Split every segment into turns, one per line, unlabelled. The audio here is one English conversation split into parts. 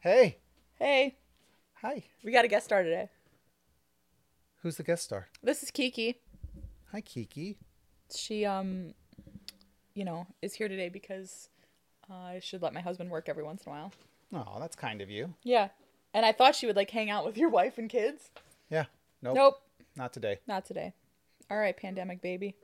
Hey.
Hey,
Hi.
we got a guest star today.
Who's the guest star?
This is Kiki.
Hi, Kiki.
She um, you know, is here today because uh, I should let my husband work every once in a while.
Oh, that's kind of you.
Yeah, and I thought she would like hang out with your wife and kids.
Yeah. Nope.
Nope,
Not today.
not today. All right, pandemic baby.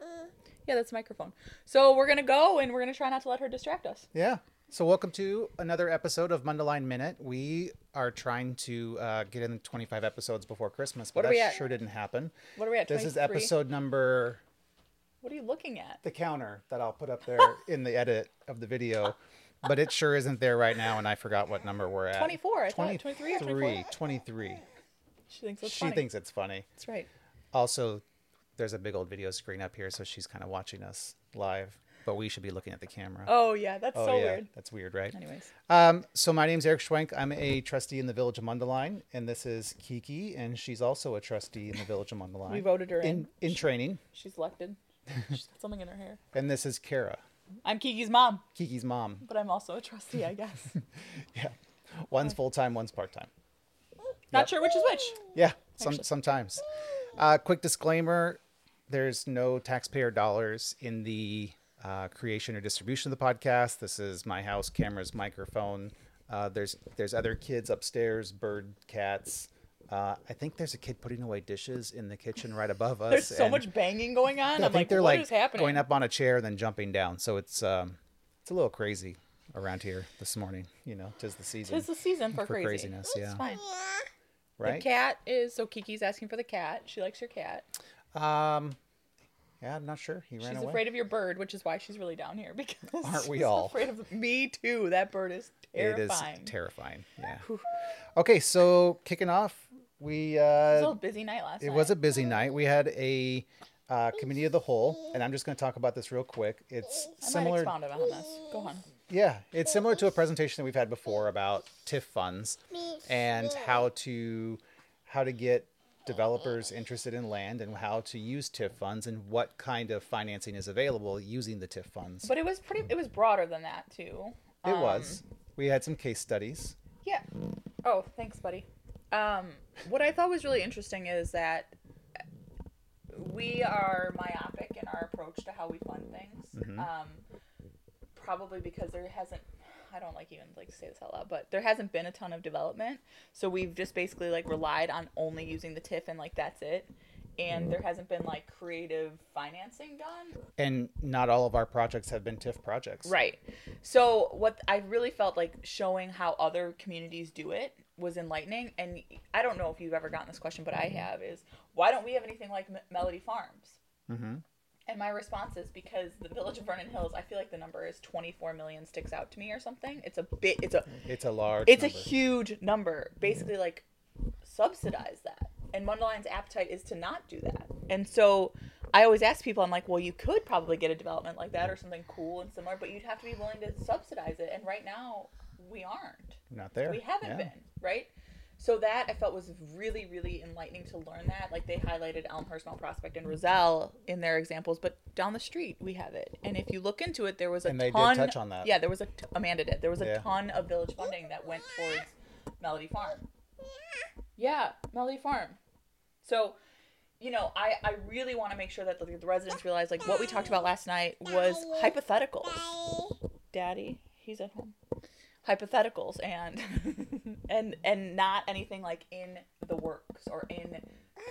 Yeah, that's the microphone. So we're gonna go and we're gonna try not to let her distract us.
Yeah. So, welcome to another episode of Mundelein Minute. We are trying to uh, get in 25 episodes before Christmas,
What
but
are
that
we at?
sure didn't happen.
What are we at?
This is
23?
episode number
What are you looking at?
the counter that I'll put up there in the edit of the video, but it sure isn't there right now, and I forgot what number we're at.
24, I thought. 23 or
23. 23.
She thinks it's
She
funny.
thinks it's funny.
that's right.
Also, there's a big old video screen up here, so she's kind of watching us live, but we should be looking at the camera.
Oh yeah, that's so weird.
That's weird, right?
Anyways,
Um, so my name's Eric Schwenk. I'm a trustee in the Village of Mundelein, and this is Kiki, and she's also a trustee in the Village of Mundelein.
We voted her in.
in, in training,
she's elected. She's got something in her hair.
and this is Kara,
I'm Kiki's mom,
Kiki's mom.
but I'm also a trustee, I guess.
Yeah, one's full time, one's part time.
Not
Yep.
sure which is which.
Yeah, some
Actually.
sometimes. Uh, quick disclaimer: there's no taxpayer dollars in the uh, creation or distribution of the podcast. This is my house, cameras, microphone. Uh, there's there's other kids upstairs, bird, cats. Uh, I think there's a kid putting away dishes in the kitchen right above us.
There's so
and
much banging going on.
I
I'm like,
think
what
they're
is
like
happening?
going up on a chair and then jumping down. So it's um, it's a little crazy around here this morning. You know, 'tis the season,
Tis the season for,
for
crazy.
craziness,
It's
yeah.
fine. The
right?
cat is so Kiki's asking for the cat. She likes your cat.
Um, yeah, I'm not sure. He ran
She's
away.
afraid of your bird, which is why she's really down here because
Aren't we
she's
all?
afraid of me too. That bird is terrifying.
It is terrifying. Yeah. okay, so kicking off, we
It was
uh,
a busy night last
it
night.
was a busy night. We had a uh, committee of the whole, and I'm just going to talk about this real quick. It's
I
similar.
might expound upon this. Go on.
Yeah, it's similar to a presentation that we've had before about TIF funds and how to how to get developers interested in land and how to use TIF funds and what kind of financing is available using the TIF funds.
But it was pretty. It was broader than that too.
it was.
um,
We had some case studies.
Yeah. Oh, thanks, buddy. Um, what I thought was really interesting is that we are myopic in our approach to how we fund things. Um, probably because there hasn't. I don't like even like to say this out loud, but there hasn't been a ton of development, so we've just basically like relied on only using the TIF and like that's it, and there hasn't been like creative financing done
and not all of our projects have been TIF projects.
Right. So what I really felt like showing how other communities do it was enlightening. And I don't know if you've ever gotten this question, but I have is why don't we have anything like M- Melody Farms?
Mm-hmm.
And my response is because the village of Vernon Hills, I feel like the number is 24 million sticks out to me or something. It's a bit, it's a,
It's a large.
it's
number.
a huge number. Basically, like subsidize that. And Mundeline's appetite is to not do that. And so I always ask people, I'm like, well, you could probably get a development like that or something cool and similar, but you'd have to be willing to subsidize it. And right now, we aren't.
Not there.
We haven't
Yeah.
been, right? So that I felt was really, really enlightening to learn that. Like they highlighted Elmhurst, Mount Prospect, and Roselle in their examples, but down the street we have it. And if you look into it, there was a
And they did
ton.
touch on that.
Yeah, there was a t- Amanda did. There was a
Yeah.
ton of village funding that went towards Melody Farm. Yeah, Melody Farm. So, you know, I, I really want to make sure that the, the residents realize like what we talked about last night was hypotheticals. Daddy, he's at home. Hypotheticals and and and not anything like in the works or in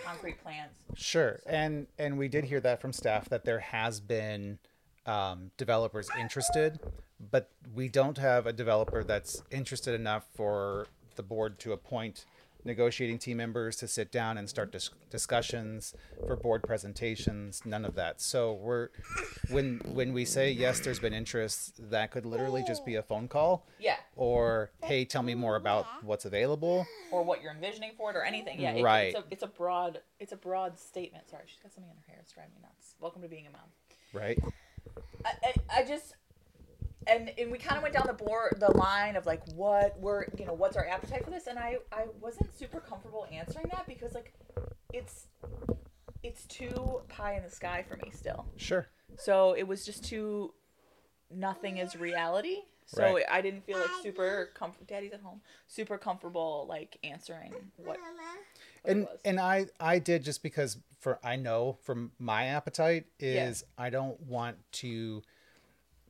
concrete plans.
Sure, and and we did hear that from staff that there has been um, developers interested, but we don't have a developer that's interested enough for the board to appoint negotiating team members to sit down and start dis- discussions for board presentations. None of that. So we're when when we say yes, there's been interest. That could literally just be a phone call.
Yeah.
Or hey, tell me more about what's available.
Or what you're envisioning for it or anything. Yeah. It, It's
Right.
a, it's a broad it's a broad statement. Sorry, she's got something in her hair. It's driving me nuts. Welcome to being a mom.
Right.
I, I, I just and and we kind of went down the board the line of like what we're you know what's our appetite for this and i i wasn't super comfortable answering that because like it's it's too pie in the sky for me still
Sure.
so it was just too nothing is reality So
Right.
I didn't feel like super comfort. Daddy's at home. Super comfortable like answering what. what it
and
was.
and I I did just because for I know from my appetite
Yeah.
is I don't want to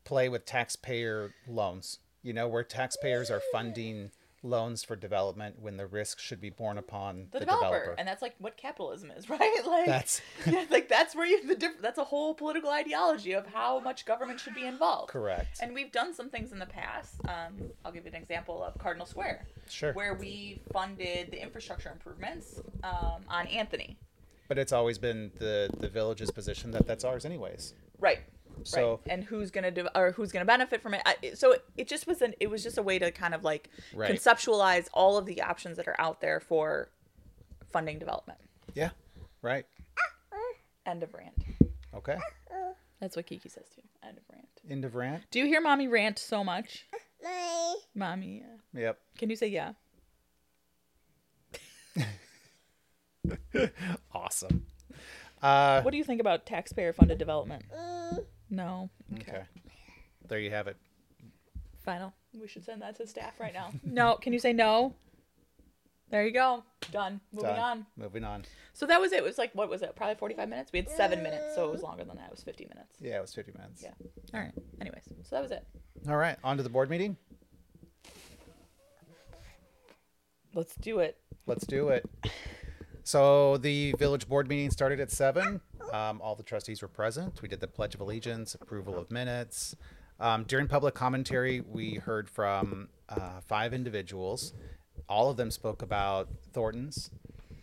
play with taxpayer loans. You know where taxpayers are funding loans for development when the risk should be borne upon
the, developer. and that's like what capitalism is, right? Like
That's-
yeah, like that's where you the diff- that's a whole political ideology of how much government should be involved.
Correct.
And we've done some things in the past. Um, I'll give you an example of Cardinal Square,
sure.
where we funded the infrastructure improvements um, on Anthony.
But it's always been the the village's position that that's ours anyways.
Right.
So-
right. and who's gonna de- or who's gonna benefit from it? I, it- so it, it just was an it was just a way to kind of like
Right.
conceptualize all of the options that are out there for funding development.
Yeah. Right.
End of rant.
Okay.
Eh. That's what Kiki says too. End of rant.
End of rant.
Do you hear mommy rant so much? Mommy, yeah.
Yep.
Can you say yeah?
Awesome. Uh,
What do you think about taxpayer funded development? Mm. No.
okay. There you have it.
Final. We should send that to staff right now. no. Can you say no? There you go. Done. Moving
Done.
on.
Moving on.
So that was it. It was like, what was it? Probably 45 minutes? We had seven minutes, so it was longer than that. It was 50 minutes.
Yeah, it was 50 minutes.
Yeah. All right. Anyways, so that was it.
All right. On to the board meeting.
Let's do it.
Let's do it. So the village board meeting started at seven. Um, all the trustees were present. We did the pledge of allegiance, approval of minutes. Um, during public commentary, we heard from uh, five individuals. All of them spoke about Thornton's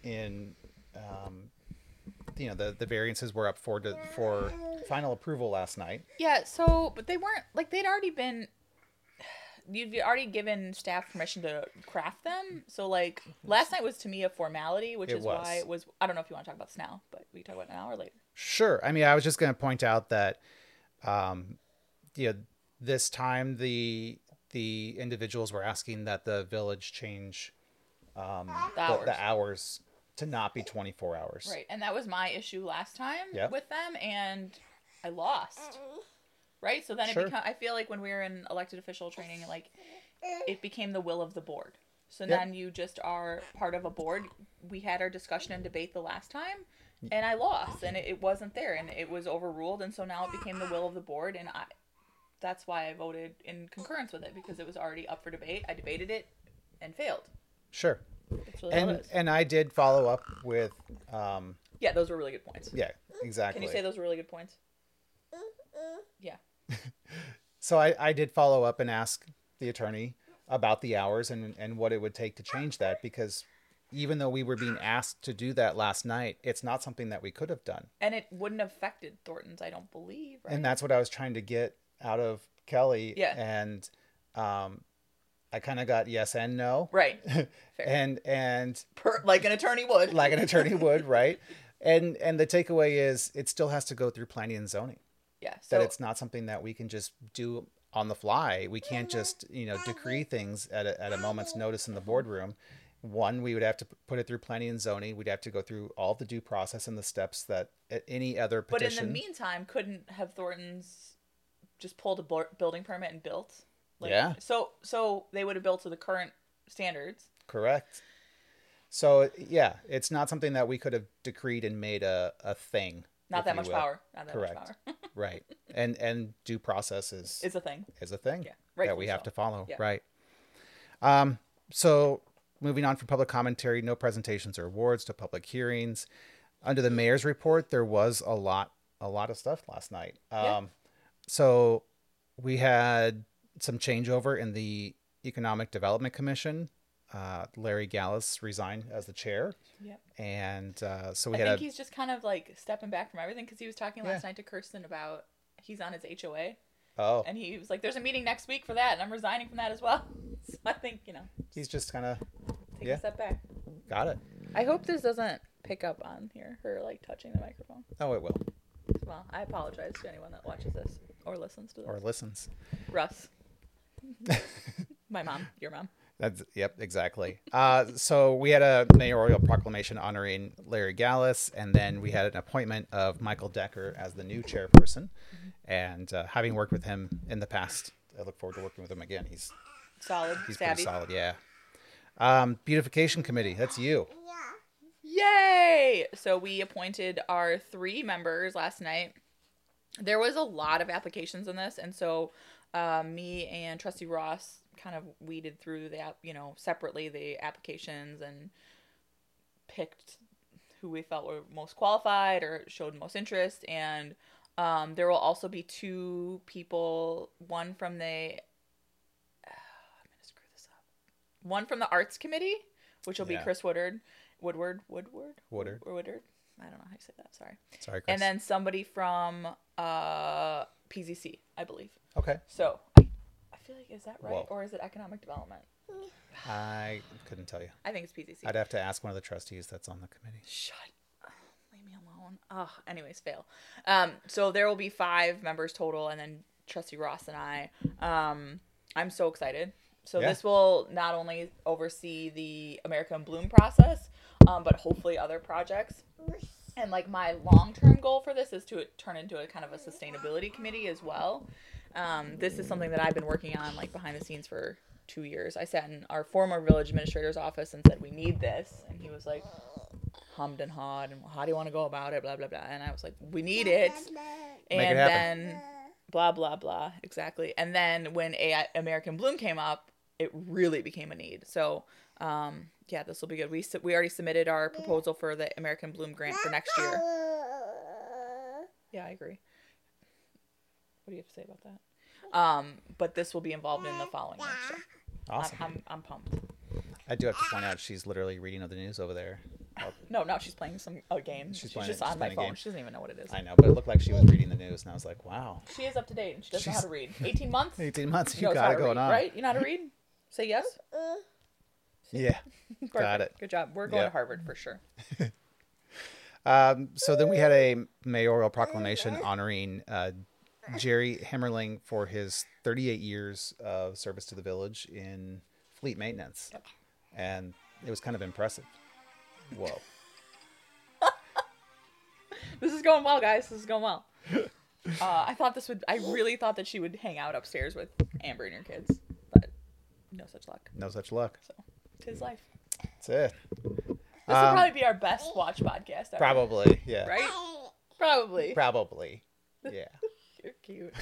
in, um, you know, the, the variances were up for to, for final approval last night.
Yeah, so, but they weren't, like, they'd already been. You've already given staff permission to craft them. So, like, last night was to me a formality, which
It
is why
was.
Mm-hmm. it was. I don't know if you want to talk about this now, but we can talk about it an hour later.
Sure. I mean, I was just going to point out that, um, you know, this time the the individuals were asking that the village change
The
the,
hours.
the hours to not be 24 hours.
Right, and that was my issue last time
Yep.
with them, and I lost. Right, so then
Sure.
it become. I feel like when we were in elected official training, like it became the will of the board. So
Yep.
then you just are part of a board. We had our discussion and debate the last time,
Mm.
and I lost, and it, it wasn't there, and it was overruled, and so now it became the will of the board, and I. That's why I voted in concurrence with it because it was already up for debate. I debated it, and failed.
Sure.
That's really all it
And
is.
and I did follow up with um
Yeah, those were really good points.
yeah, exactly.
Can you say those were really good points? Yeah.
So I, I did follow up and ask the attorney about the hours and, and what it would take to change that because even though we were being asked to do that last night, it's not something that we could have done.
And it wouldn't have affected Thornton's, I don't believe, right?
and that's what I was trying to get out of Kelly.
Yeah.
And um, I kind of got yes and no,
right.
and and
Per, like an attorney would.
like an attorney would, right? And and the takeaway is it still has to go through planning and zoning.
yeah. So
That it's not something that we can just do on the fly. We can't just you know decree things at a, at a moment's notice in the boardroom. One, we would have to p- put it through planning and zoning. We'd have to go through all the due process and the steps that a- any other
but
petition.
in the meantime, couldn't have Thornton's just pulled a bu- building permit and built?
Yeah.
So so they would have built to the current standards.
Correct. So yeah, it's not something that we could have decreed and made a, a thing.
Not
if
that
you
much
will.
power. Not that much
Correct.
power.
right. And and due process is
it's a thing.
is a thing
Yeah, rightfully
that we have
so.
to follow.
Yeah.
Right. Um, so moving on from public commentary, no presentations or awards to public hearings. Under the mayor's report, there was a lot, a lot of stuff last night. Um,
Yeah.
so we had some changeover in the Economic Development Commission. Uh, Larry Gallus resigned as the chair,
Yep.
and uh, so we
I
had
think
a,
he's just kind of like stepping back from everything because he was talking last
Yeah.
night to Kirsten about he's on his HOA
oh,
and he was like, "There's a meeting next week for that, and I'm resigning from that as well." So I think you know,
he's just kind of
take
Yeah.
a step back.
got it.
I hope this doesn't pick up on here, her like touching the microphone.
Oh, it will
Well, I apologize to anyone that watches this or listens to this.
or listens.
Russ. My mom, your mom.
That's yep, exactly. Uh, so we had a mayoral proclamation honoring Larry Gallus, and then we had an appointment of Michael Decker as the new chairperson. And uh, having worked with him in the past, I look forward to working with him again. He's
Solid.
he's
savvy.
pretty solid. Yeah. Um, beautification committee. That's you.
Yay! So we appointed our three members last night. There was a lot of applications in this, and so uh, me and Trustee Ross kind of weeded through the app, you know, separately the applications and picked who we felt were most qualified or showed most interest. And um, there will also be two people, one from the I'm gonna screw this up. One from the arts committee, which will
Yeah.
be Chris Woodard, Woodward, Woodward,
Woodard.
or Woodard. I don't know how you say that. Sorry.
Sorry, Chris.
And then somebody from uh, PZC, I believe.
okay.
So I, I feel like is that right,
Whoa.
or is it economic development?
I couldn't tell you.
I think it's PZC.
I'd have to ask one of the trustees that's on the committee.
Shut. up. Leave me alone. Oh, anyways, fail. Um, so there will be five members total, and then Trustee Ross and I. Um, I'm so excited. So
Yeah.
this will not only oversee the American Bloom process, um, but hopefully other projects. And like my long-term goal for this is to turn into a kind of a sustainability committee as well. Um, this is something that I've been working on like behind the scenes for two years. I sat in our former village administrator's office and said we need this, and he was like, hummed and hawed and how do you want to go about it, blah blah blah. And I was like, we need it,
it
and
happen.
then blah blah blah, exactly. And then when AI American Bloom came up, it really became a need. So um, yeah, this will be good. We su- we already submitted our proposal for the American Bloom grant for next year. Yeah, I agree. What do you have to say about that? Um, but this will be involved in the following work. So
Awesome.
I'm, I'm I'm pumped.
I do have to point out she's literally reading other news over there.
No, no, she's playing some a game. She's,
playing-
just
she's
on my
playing a
phone.
game.
She doesn't even know what it is.
I know, but it looked like she was reading the news, and I was like, wow.
She is up to date and she doesn't know how
She's-
to read. 18 months?
18 months,
She
you
knows
got
how
it
to
going
read,
on.
Right? You know how to read? Say yes.
Yeah. Got
Perfect.
it.
Good job. We're going
Yep.
to Harvard for sure.
Um, so then we had a mayoral proclamation honoring uh, Jerry Hemmerling for his 38 years of service to the village in fleet maintenance. And it was kind of impressive. Whoa.
This is going well, guys. This is going well. Uh, I thought this would. I really thought that she would hang out upstairs with Amber and her kids, but no such luck.
No such luck.
So, tis life.
That's it.
This will
Um,
probably be our best watch podcast ever.
Probably. Yeah.
Right? Probably.
Probably. Yeah.
You're cute.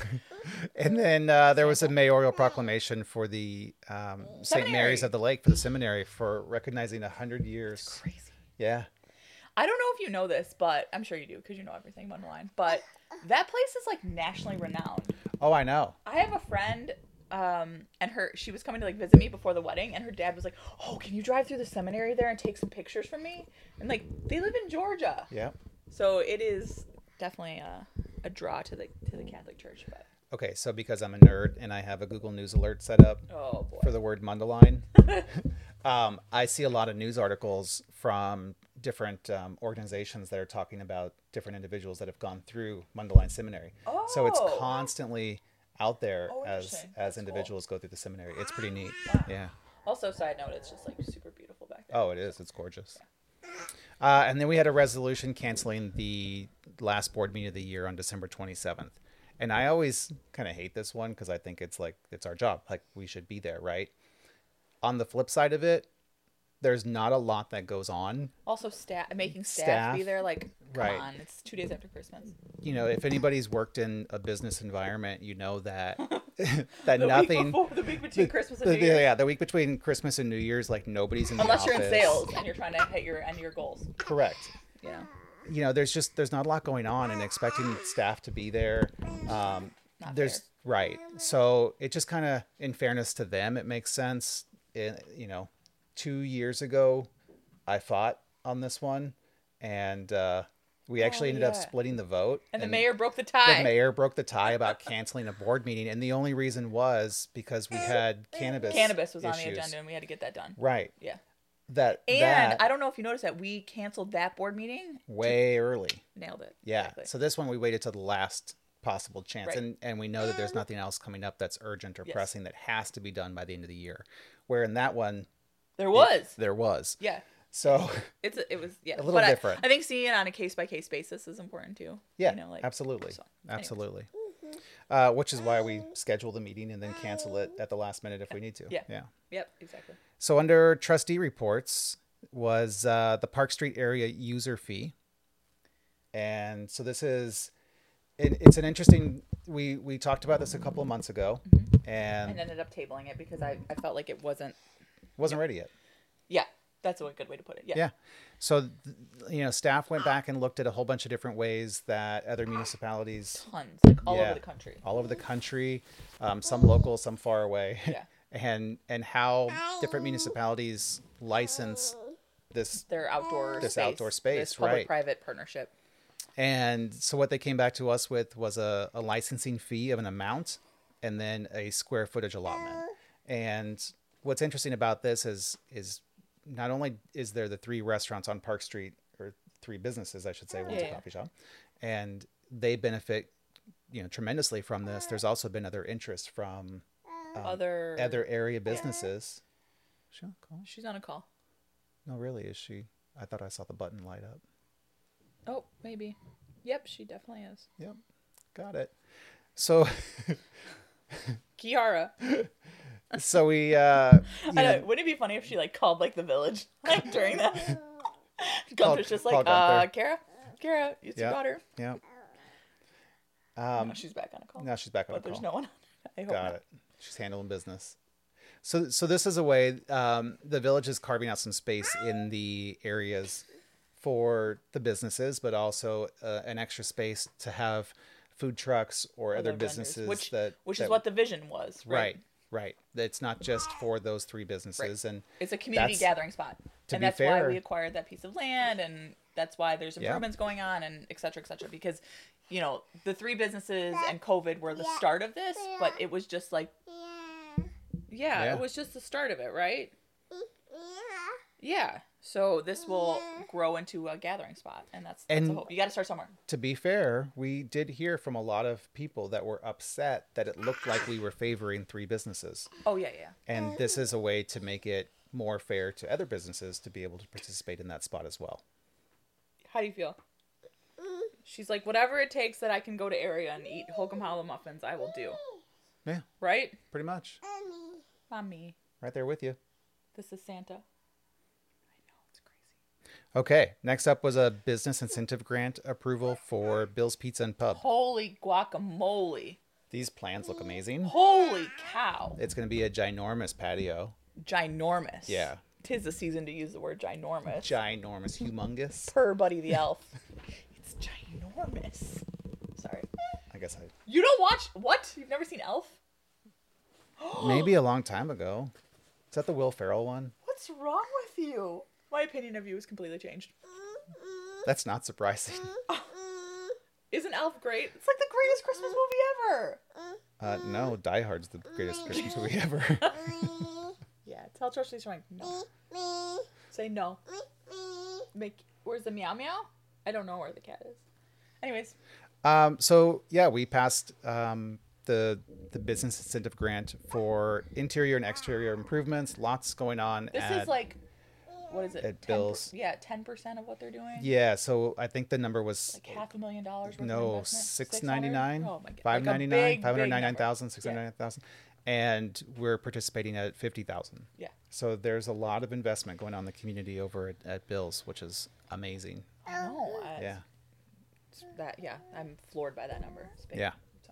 And then uh, there was a mayoral proclamation for the um, St.
Seminary.
Mary's of the Lake for the seminary for recognizing 100 years.
Crazy.
Yeah.
I don't know if you know this, but I'm sure you do because you know everything about the line. But that place is like nationally renowned.
Oh, I know.
I have a friend, um, and her she was coming to like visit me before the wedding, and her dad was like, "Oh, can you drive through the seminary there and take some pictures for me?" And like they live in Georgia,
Yeah.
so it is definitely a, a draw to the to the Catholic Church. But
Okay, so because I'm a nerd and I have a Google News alert set up
oh boy,
for the word Mundaline, um, I see a lot of news articles from different um, organizations that are talking about different individuals that have gone through Mundaline Seminary. So it's
Oh.
constantly out there
Oh,
as
interesting.
as
That's cool.
individuals go through the seminary. It's pretty neat. Yeah.
also side note, it's just like super beautiful back there.
Oh, it is. It's gorgeous. Uh, and then we had a resolution canceling the last board meeting of the year on December 27th. And I always kind of hate this one because I think it's like, it's our job. Like, we should be there, right? On the flip side of it, there's not a lot that goes on.
Also, staff making staff,
Staff.
be there like come
Right.
on, it's two days after Christmas.
You know, if anybody's worked in a business environment, you know that
The
that nothing.
week before, the week between Christmas and
the-
New Year's.
yeah, the week between Christmas and New Year's, like nobody's in the
Unless you're in
office.
sales and you're trying to hit your end of your goals,
Correct.
you know.
you know, there's just there's not a lot going on, and expecting staff to be there, um,
Not
there's
fair.
right. So it just kind of, in fairness to them, it makes sense. It, you know, two years ago, I fought on this one, and uh, we actually ended up
Oh, yeah.
splitting the vote.
And the mayor broke the tie.
the mayor broke the tie about canceling a board meeting, and the only reason was because we had cannabis.
Cannabis was on the
issues.
agenda, and we had to get that done.
Right.
Yeah.
That
And
that
I don't know if you noticed that we canceled that board meeting.
way early.
Nailed it.
Yeah.
Exactly.
So this one we waited till the last possible chance,
Right. Um,
and and we know that there's nothing else coming up that's urgent or
Yes.
pressing that has to be done by the end of the year. Where in that one
there was.
there was.
Yeah.
So
It's it was yeah.
A little
But I-
different.
I, think seeing it on a case by case basis is important too.
yeah,
You know, like
absolutely,
so, Mm-hmm. anyways.
absolutely. uh, which is why we schedule the meeting and then cancel it at the last minute if we need to.
um, Yeah.
Yeah.
Yep, exactly.
So under trustee reports was uh, the Park Street area user fee, and so this is, it, it's an interesting. We we talked about this a couple of months ago, and,
Mm-hmm. And ended up tabling it because I, I felt like it wasn't.
wasn't ready yet.
Yeah, that's a good way to put it. Yeah.
Yeah. So, th- you know, staff went back and looked at a whole bunch of different ways that other municipalities
Tons, like all
Yeah.
over the country.
all over the country, um, some local, some far away,
Yeah.
and and how different municipalities license this.
Their outdoor
This
space,
outdoor space,
this
right.
Public-private partnership.
And so, what they came back to us with was a, a licensing fee of an amount, and then a square footage allotment. And what's interesting about this is is not only is there the three restaurants on Park Street or three businesses, I should say, one's
Yeah,
a
yeah.
coffee shop, and they benefit you know tremendously from this. There's also been other interest from
other,
Um, other area businesses. Is she on a call?
She's on a call.
No, really, is she? I thought I saw the button light up.
Oh, maybe. Yep, she definitely is.
Yep, got it. So,
Kiara.
so we, uh, you
I
know,
know, wouldn't it be funny if she like called like the village like during that? Gunther's just
call
like, uh, Kara, Kara, it's
Yeah.
your daughter.
yeah.
No, she's back on a call.
Um, Now she's back on
but
the
there's
call.
no one. on it. I hope
Got
not.
it. She's handling business. So, so this is a way um, the village is carving out some space in the areas for the businesses, but also uh, an extra space to have food trucks or other
Other vendors,
businesses
which,
that
which
that-
is what the vision was, right?
right right. It's not just for those three businesses, and
It's a community
That's-
gathering spot,
to
and
be
that's
fair-
why we acquired that piece of land, and that's why there's
Yeah.
improvements going on, and et cetera, et cetera. Because, you know, the three businesses and COVID were the start of this, but it was just like, yeah,
Yeah.
it was just the start of it, right? Yeah. So this will grow into a gathering spot, and that's, that's the
And-
hope. You got to start somewhere.
to be fair, we did hear from a lot of people that were upset that it looked like we were favoring three businesses.
Oh yeah, yeah.
And this is a way to make it more fair to other businesses to be able to participate in that spot as well.
How do you feel? She's like, whatever it takes that I can go to area and eat Holcomb Hollow muffins, I will do.
Yeah,
Right,
pretty much.
mommy?
Right there with you.
This is Santa. I know it's crazy.
Okay, next up was a business incentive grant approval for Bill's Pizza and Pub.
Holy guacamole!
These plans look amazing.
Holy cow!
It's going to be a ginormous patio.
Ginormous.
Yeah.
Tis the season to use the word ginormous.
Ginormous, humongous.
per Buddy the Elf. it's ginormous. Sorry.
I guess I
You don't watch what? You've never seen Elf?
maybe a long time ago. Is that the Will Ferrell one?
What's wrong with you? My opinion of you is completely changed.
That's not surprising.
Isn't Elf great? It's like the greatest Christmas movie ever.
Uh,
Mm.
no, Die Hard's the greatest Christmas movie ever.
Yeah, tell Trusty Shrink no. Say no. Make where's the meow meow? I don't know where the cat is. Anyways,
Um, so yeah, we passed um, the the business incentive grant for interior and exterior improvements. Lots going on.
this
at,
is like what is it?
at
10%
Bill's.
Yeah, ten percent of what they're doing.
yeah. So I think the number was
Like half a million dollars. Worth of
no
investment?
six
600?
ninety nine,
Oh my god.
five ninety nine, five hundred ninety nine thousand, six hundred
Yeah.
ninety thousand, and we're participating at fifty thousand.
Yeah.
So there's a lot of investment going on in the community over at, at Bill's, which is amazing.
I know. I-
Yeah.
That yeah, I'm floored by that number. It's big.
Yeah.
So-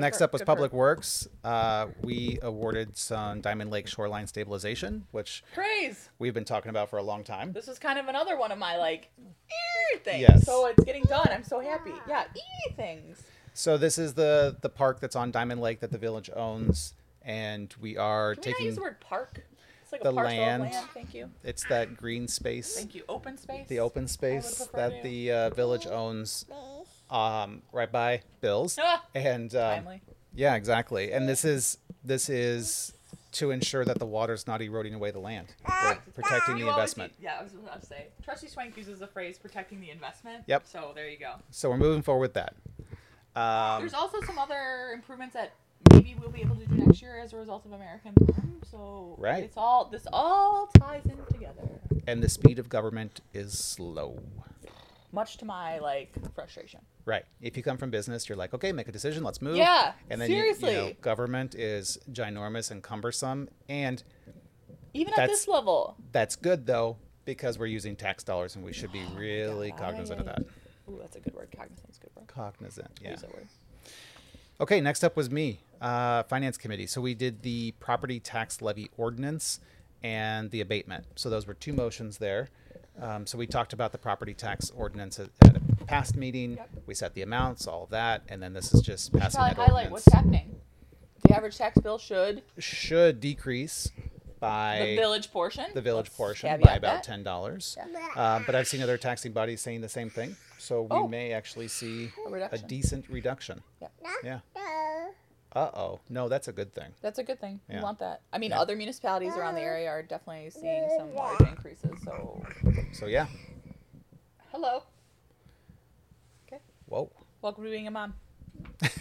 Next
for-
up was
good for
Public Works. Uh, we awarded some Diamond Lake shoreline stabilization, which
Praise.
we've been talking about for a long time.
This was kind of another one of my like ee things.
Yes.
So it's getting done. I'm so happy. Yeah, ee things.
So this is the the park that's on Diamond Lake that the village owns, and we are
Can we not
taking
use the word park? It's like
the
a parcel
land.
of land. Thank you.
it's that green space,
Thank you. Open space.
the open space
prefer
that
to- Oh.
the uh, village owns, um, right by Bill's,
Ah!
and um,
Timely.
yeah, exactly. And this is this is to ensure that the water's not eroding away the land, We're protecting
Ah, You
the
always
investment.
use- yeah, I was about to say. Trustee Swank uses the phrase "protecting the investment."
Yep.
So there you go.
So we're moving forward with that. Um,
There's also some other improvements that maybe we'll be able to do next year as a result of American Farm. So
Right.
it's all this all ties in together.
and the speed of government is slow.
much to my like frustration.
Right. If you come from business, you're like, okay, make a decision, let's move.
Yeah,
And then you- You, know,
seriously.
government is ginormous and cumbersome, and
Even at
That's-
this level.
that's good though because we're using tax dollars, and we should
Oh
be really cognizant of that.
Ooh, that's a good word. Cognizant's a good word.
Cognizant. Yeah.
Use that word.
Okay, next up was me, uh, Finance Committee. So we did the property tax levy ordinance and the abatement. So those were two motions there. Um, so we talked about the property tax ordinance at, at a past meeting.
Yep.
We set the amounts, all of that, and then this is just
Should
passing
probably
that
highlight
ordinance.
what's happening. The average tax bill should
Should decrease by
the village portion.
the village
Let's
portion
caveat
by about
that.
ten dollars.
Yeah.
Um, but I've seen other taxing bodies saying the same thing. So we
Oh.
may actually see
A
a
reduction.
decent reduction.
Yeah.
Yeah. Uh oh. No, that's a good thing.
That's a good thing.
Yeah.
You want that. I mean,
Yeah.
other municipalities around the area are definitely seeing some large increases. So,
So yeah.
hello. Okay.
Whoa.
Welcome to being a mom.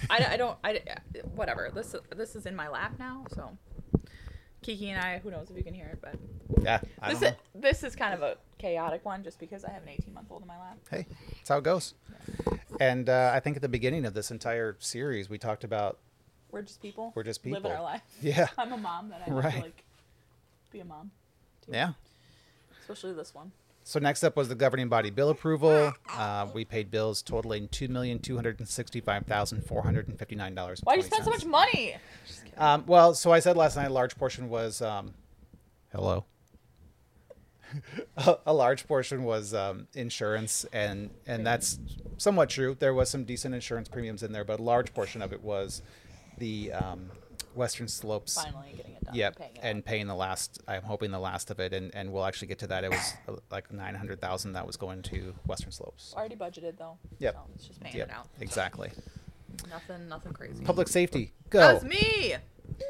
I, don't- I don't. I uh, whatever. This this is in my lap now. So, Kiki and I. Who knows if you can hear it, but
Yeah. I
this
don't
is,
know.
this is kind of a chaotic one, just because I have an 18 month old in my lap.
Hey, that's how it goes. And uh, I think at the beginning of this entire series, we talked about
We're just people.
We're just
Living our
people.
life.
yeah,
I'm a mom that I have
Right.
to like be a mom,
yeah.
especially this one.
So next up was the governing body bill approval. Uh, we paid bills totaling two million two hundred and sixty-five thousand four hundred and fifty-nine dollars.
Why do you spend so much money? Just kidding.
Um, well, so I said last night a large portion was um, hello. a, a large portion was um, insurance, and and that's somewhat true. There was some decent insurance premiums in there, but a large portion of it was the um, Western Slopes.
Finally getting it done.
Yep,
Paying it
and paying the last. I'm hoping the last of it, and, and we'll actually get to that. It was uh, like nine hundred thousand that was going to Western Slopes.
Already budgeted though.
Yep.
So it's just paying
Yep,
it out.
exactly.
Nothing, nothing crazy.
Public safety,
that
go
was me.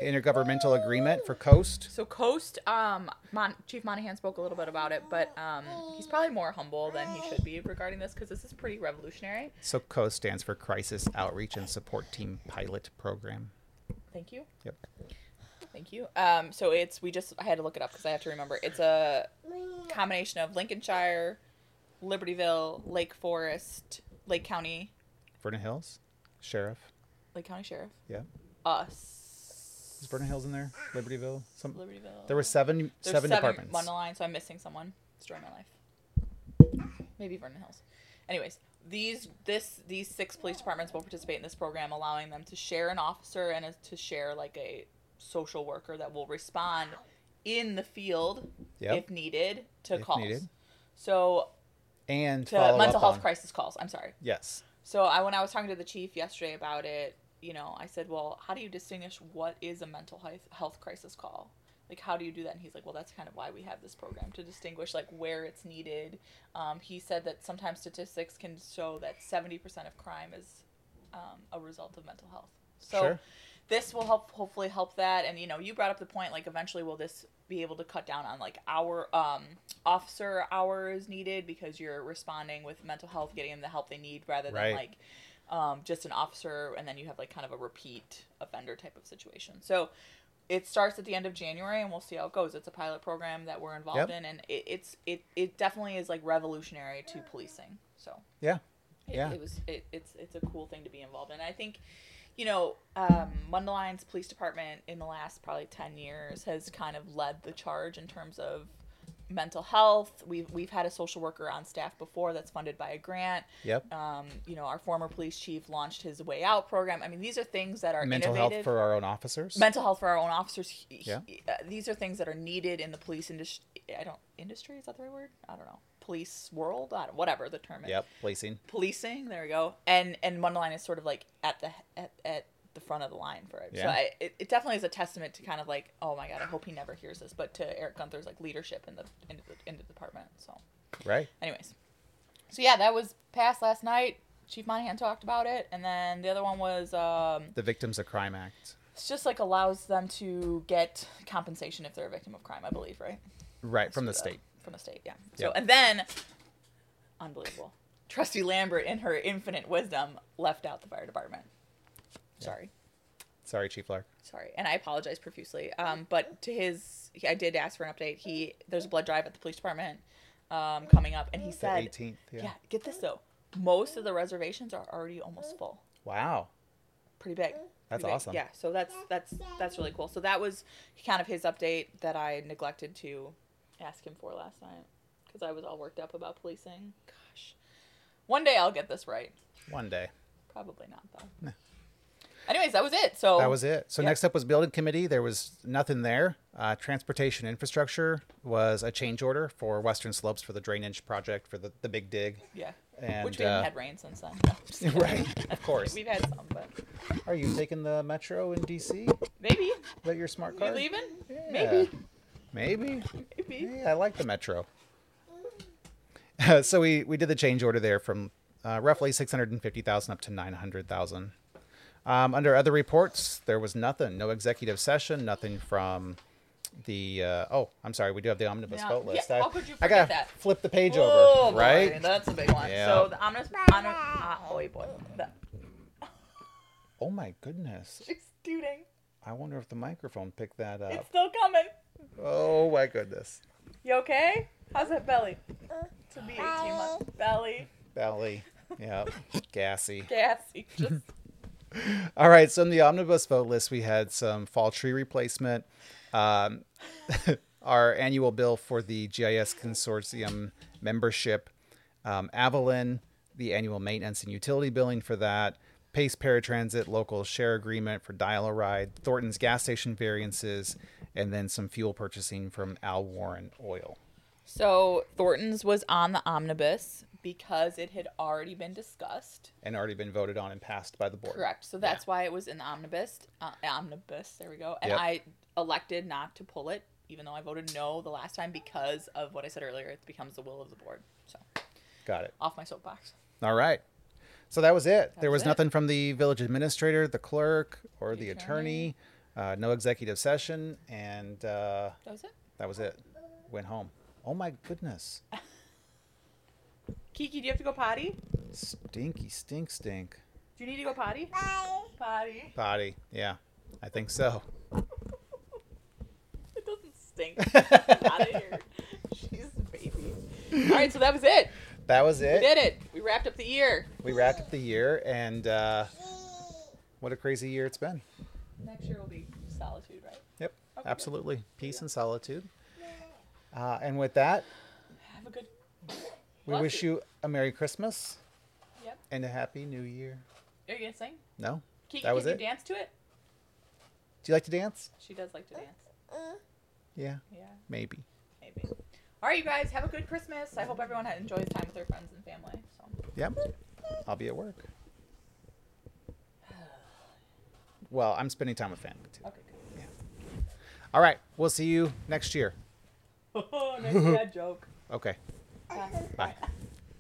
intergovernmental agreement for Coast.
So Coast, um, Mon- Chief Monahan spoke a little bit about it, but um, he's probably more humble than he should be regarding this because this is pretty revolutionary.
So COST stands for Crisis Outreach and Support Team Pilot Program.
Thank you,
Yep.
thank you. Um, so it's we just I had to look it up because I have to remember. It's a combination of Lincolnshire, Libertyville, Lake Forest, Lake County,
Vernon Hills, Sheriff.
Lake County Sheriff,
Yeah.
us,
Is Vernon Hills in there? Libertyville. Some.
Libertyville.
There were seven
There's
seven,
seven,
departments.
on the line, so I'm missing someone. Story of my life. Maybe Vernon Hills. Anyways, these this these six police departments will participate in this program, allowing them to share an officer and to share like a social worker that will respond in the field
Yep.
if needed to
If
calls.
needed.
So
and
to
follow
mental
up
health
on-
crisis calls. I'm sorry.
Yes.
So I when I was talking to the chief yesterday about it, you know, I said, "Well, how do you distinguish what is a mental health health crisis call? Like, how do you do that?" And he's like, "Well, that's kind of why we have this program to distinguish like where it's needed." Um, he said that sometimes statistics can show that seventy percent of crime is um, a result of mental health. So
Sure.
this will help hopefully help that. And you know, you brought up the point like eventually will this be able to cut down on like our um, officer hours needed because you're responding with mental health, getting them the help they need rather than
Right.
like um, just an officer and then you have like kind of a repeat offender type of situation. So it starts at the end of January and we'll see how it goes. It's a pilot program that we're involved
Yep.
in and it, it's it, it definitely is like revolutionary to policing. So
Yeah.
it,
Yeah.
it was it, it's it's a cool thing to be involved in. I think, you know, um, Mundeline's police department in the last probably ten years has kind of led the charge in terms of mental health. We've we've had a social worker on staff before that's funded by a grant.
Yep.
Um, you know, our former police chief launched his Way Out program. I mean, these are things that are
Mental
innovative.
health for our own officers.
mental health for our own officers. He- he-
Yeah.
uh, these are things that are needed in the police industry. I don't industry is that the right word? I don't know. Police world, I don't, whatever the term is
yep. Policing.
policing. There we go. And and Mundelein is sort of like at the at, at the front of the line for it. So
Yeah.
I, it, it definitely is a testament to kind of like oh my god I hope he never hears this, but to Eric Gunther's like leadership in the in the, in the department. So
Right.
anyways, so yeah, that was passed last night. Chief Monahan talked about it, and then the other one was um,
The Victims of Crime Act.
it's just like allows them to get compensation if they're a victim of crime, I believe, right?
Right from the
So,
state.
uh, From the state, yeah. So
Yep.
and then, unbelievable. Trusty Lambert, in her infinite wisdom, left out the fire department. Sorry,
Sorry, Chief Lark.
sorry, and I apologize profusely. Um, but to his, he- I did ask for an update. He there's a blood drive at the police department. um, coming up, and he
The
said,
18th. Yeah.
yeah. get this though, most of the reservations are already almost full.
Wow.
Pretty big. pretty
That's
big.
awesome.
Yeah, so that's that's that's really cool. So that was kind of his update that I neglected to ask him for last night because I was all worked up about policing. Gosh, one day I'll get this right.
One day.
Probably not though. Anyways, that was it. So
That was it. So
Yeah.
next up was building committee. There was nothing there. Uh, transportation infrastructure was a change order for Western Slopes for the drainage project for the, the big dig.
Yeah.
And,
Which we haven't
uh,
had rain since then. No, I'm just kidding.
right, of course.
We've had some, but
Are you taking the metro in DC?
maybe.
Is that your smart
You
card?
leaving?
Yeah.
Maybe.
Maybe.
Maybe.
Hey, I like the metro. so we we did the change order there from uh, roughly six hundred and fifty thousand up to nine hundred thousand. Um, under other reports, there was nothing. No executive session. Nothing from the. Uh, oh, I'm sorry. We do have the omnibus
Yeah.
vote
Yeah,
list. I,
how could you
I gotta
forget that?
flip the page
Oh,
over,
boy,
right?
That's a big one.
Yeah.
So the ominous, ominous uh, oh boy, The-
Oh my goodness!
she's tooting.
I wonder if the microphone picked that
It's
up.
still coming.
Oh my goodness,
You okay? How's that belly? To be 18 months, belly
Belly. Yeah, gassy.
gassy. Just
All right, so in the omnibus vote list, we had some fall tree replacement, um, our annual bill for the GIS consortium membership, um, Avalon, the annual maintenance and utility billing for that, Pace Paratransit local share agreement for Dial a Ride, Thornton's gas station variances, and then some fuel purchasing from Al Warren Oil.
so Thornton's was on the omnibus because it had already been discussed.
And already been voted on and passed by the board.
Correct. So that's why it was in the omnibus. Uh, omnibus. There we go. And
Yep.
I elected not to pull it, even though I voted no the last time because of what I said earlier. It becomes the will of the board. So
Got it.
off my soapbox.
All right. So that was it. there was
was it.
nothing from the village administrator, the clerk, or the,
The
attorney. Uh, no executive session, and uh,
That was it.
that was it. Went home. Oh my goodness,
Kiki, do you have to go potty?
stinky, stink, stink.
Do you need to go potty? Potty.
Body. Yeah, I think so.
It doesn't stink. out of here. She's a baby. All right, so that was it.
That was
We
it.
did it. We wrapped up the year.
We wrapped up the year, and uh, what a crazy year it's been.
Next year will be solitude, right?
Yep,
Okay, good.
absolutely. Peace and solitude. Uh, and with that,
Have a good.
we
Love
wish you a Merry Christmas
Yep.
and a Happy New Year.
Are you gonna sing?
No?
Kiki,
That was
can
it?
you dance to it?
Do you like to dance?
She does like to dance.
Yeah,
Yeah.
maybe.
Maybe. All right, you guys, have a good Christmas. I hope everyone ha- enjoys time with their friends and family. So
Yep. I'll be at work. Well, I'm spending time with family too.
okay, good.
All right. We'll see you next year.
Oh, nice dad joke.
Okay.
Bye.
Bye.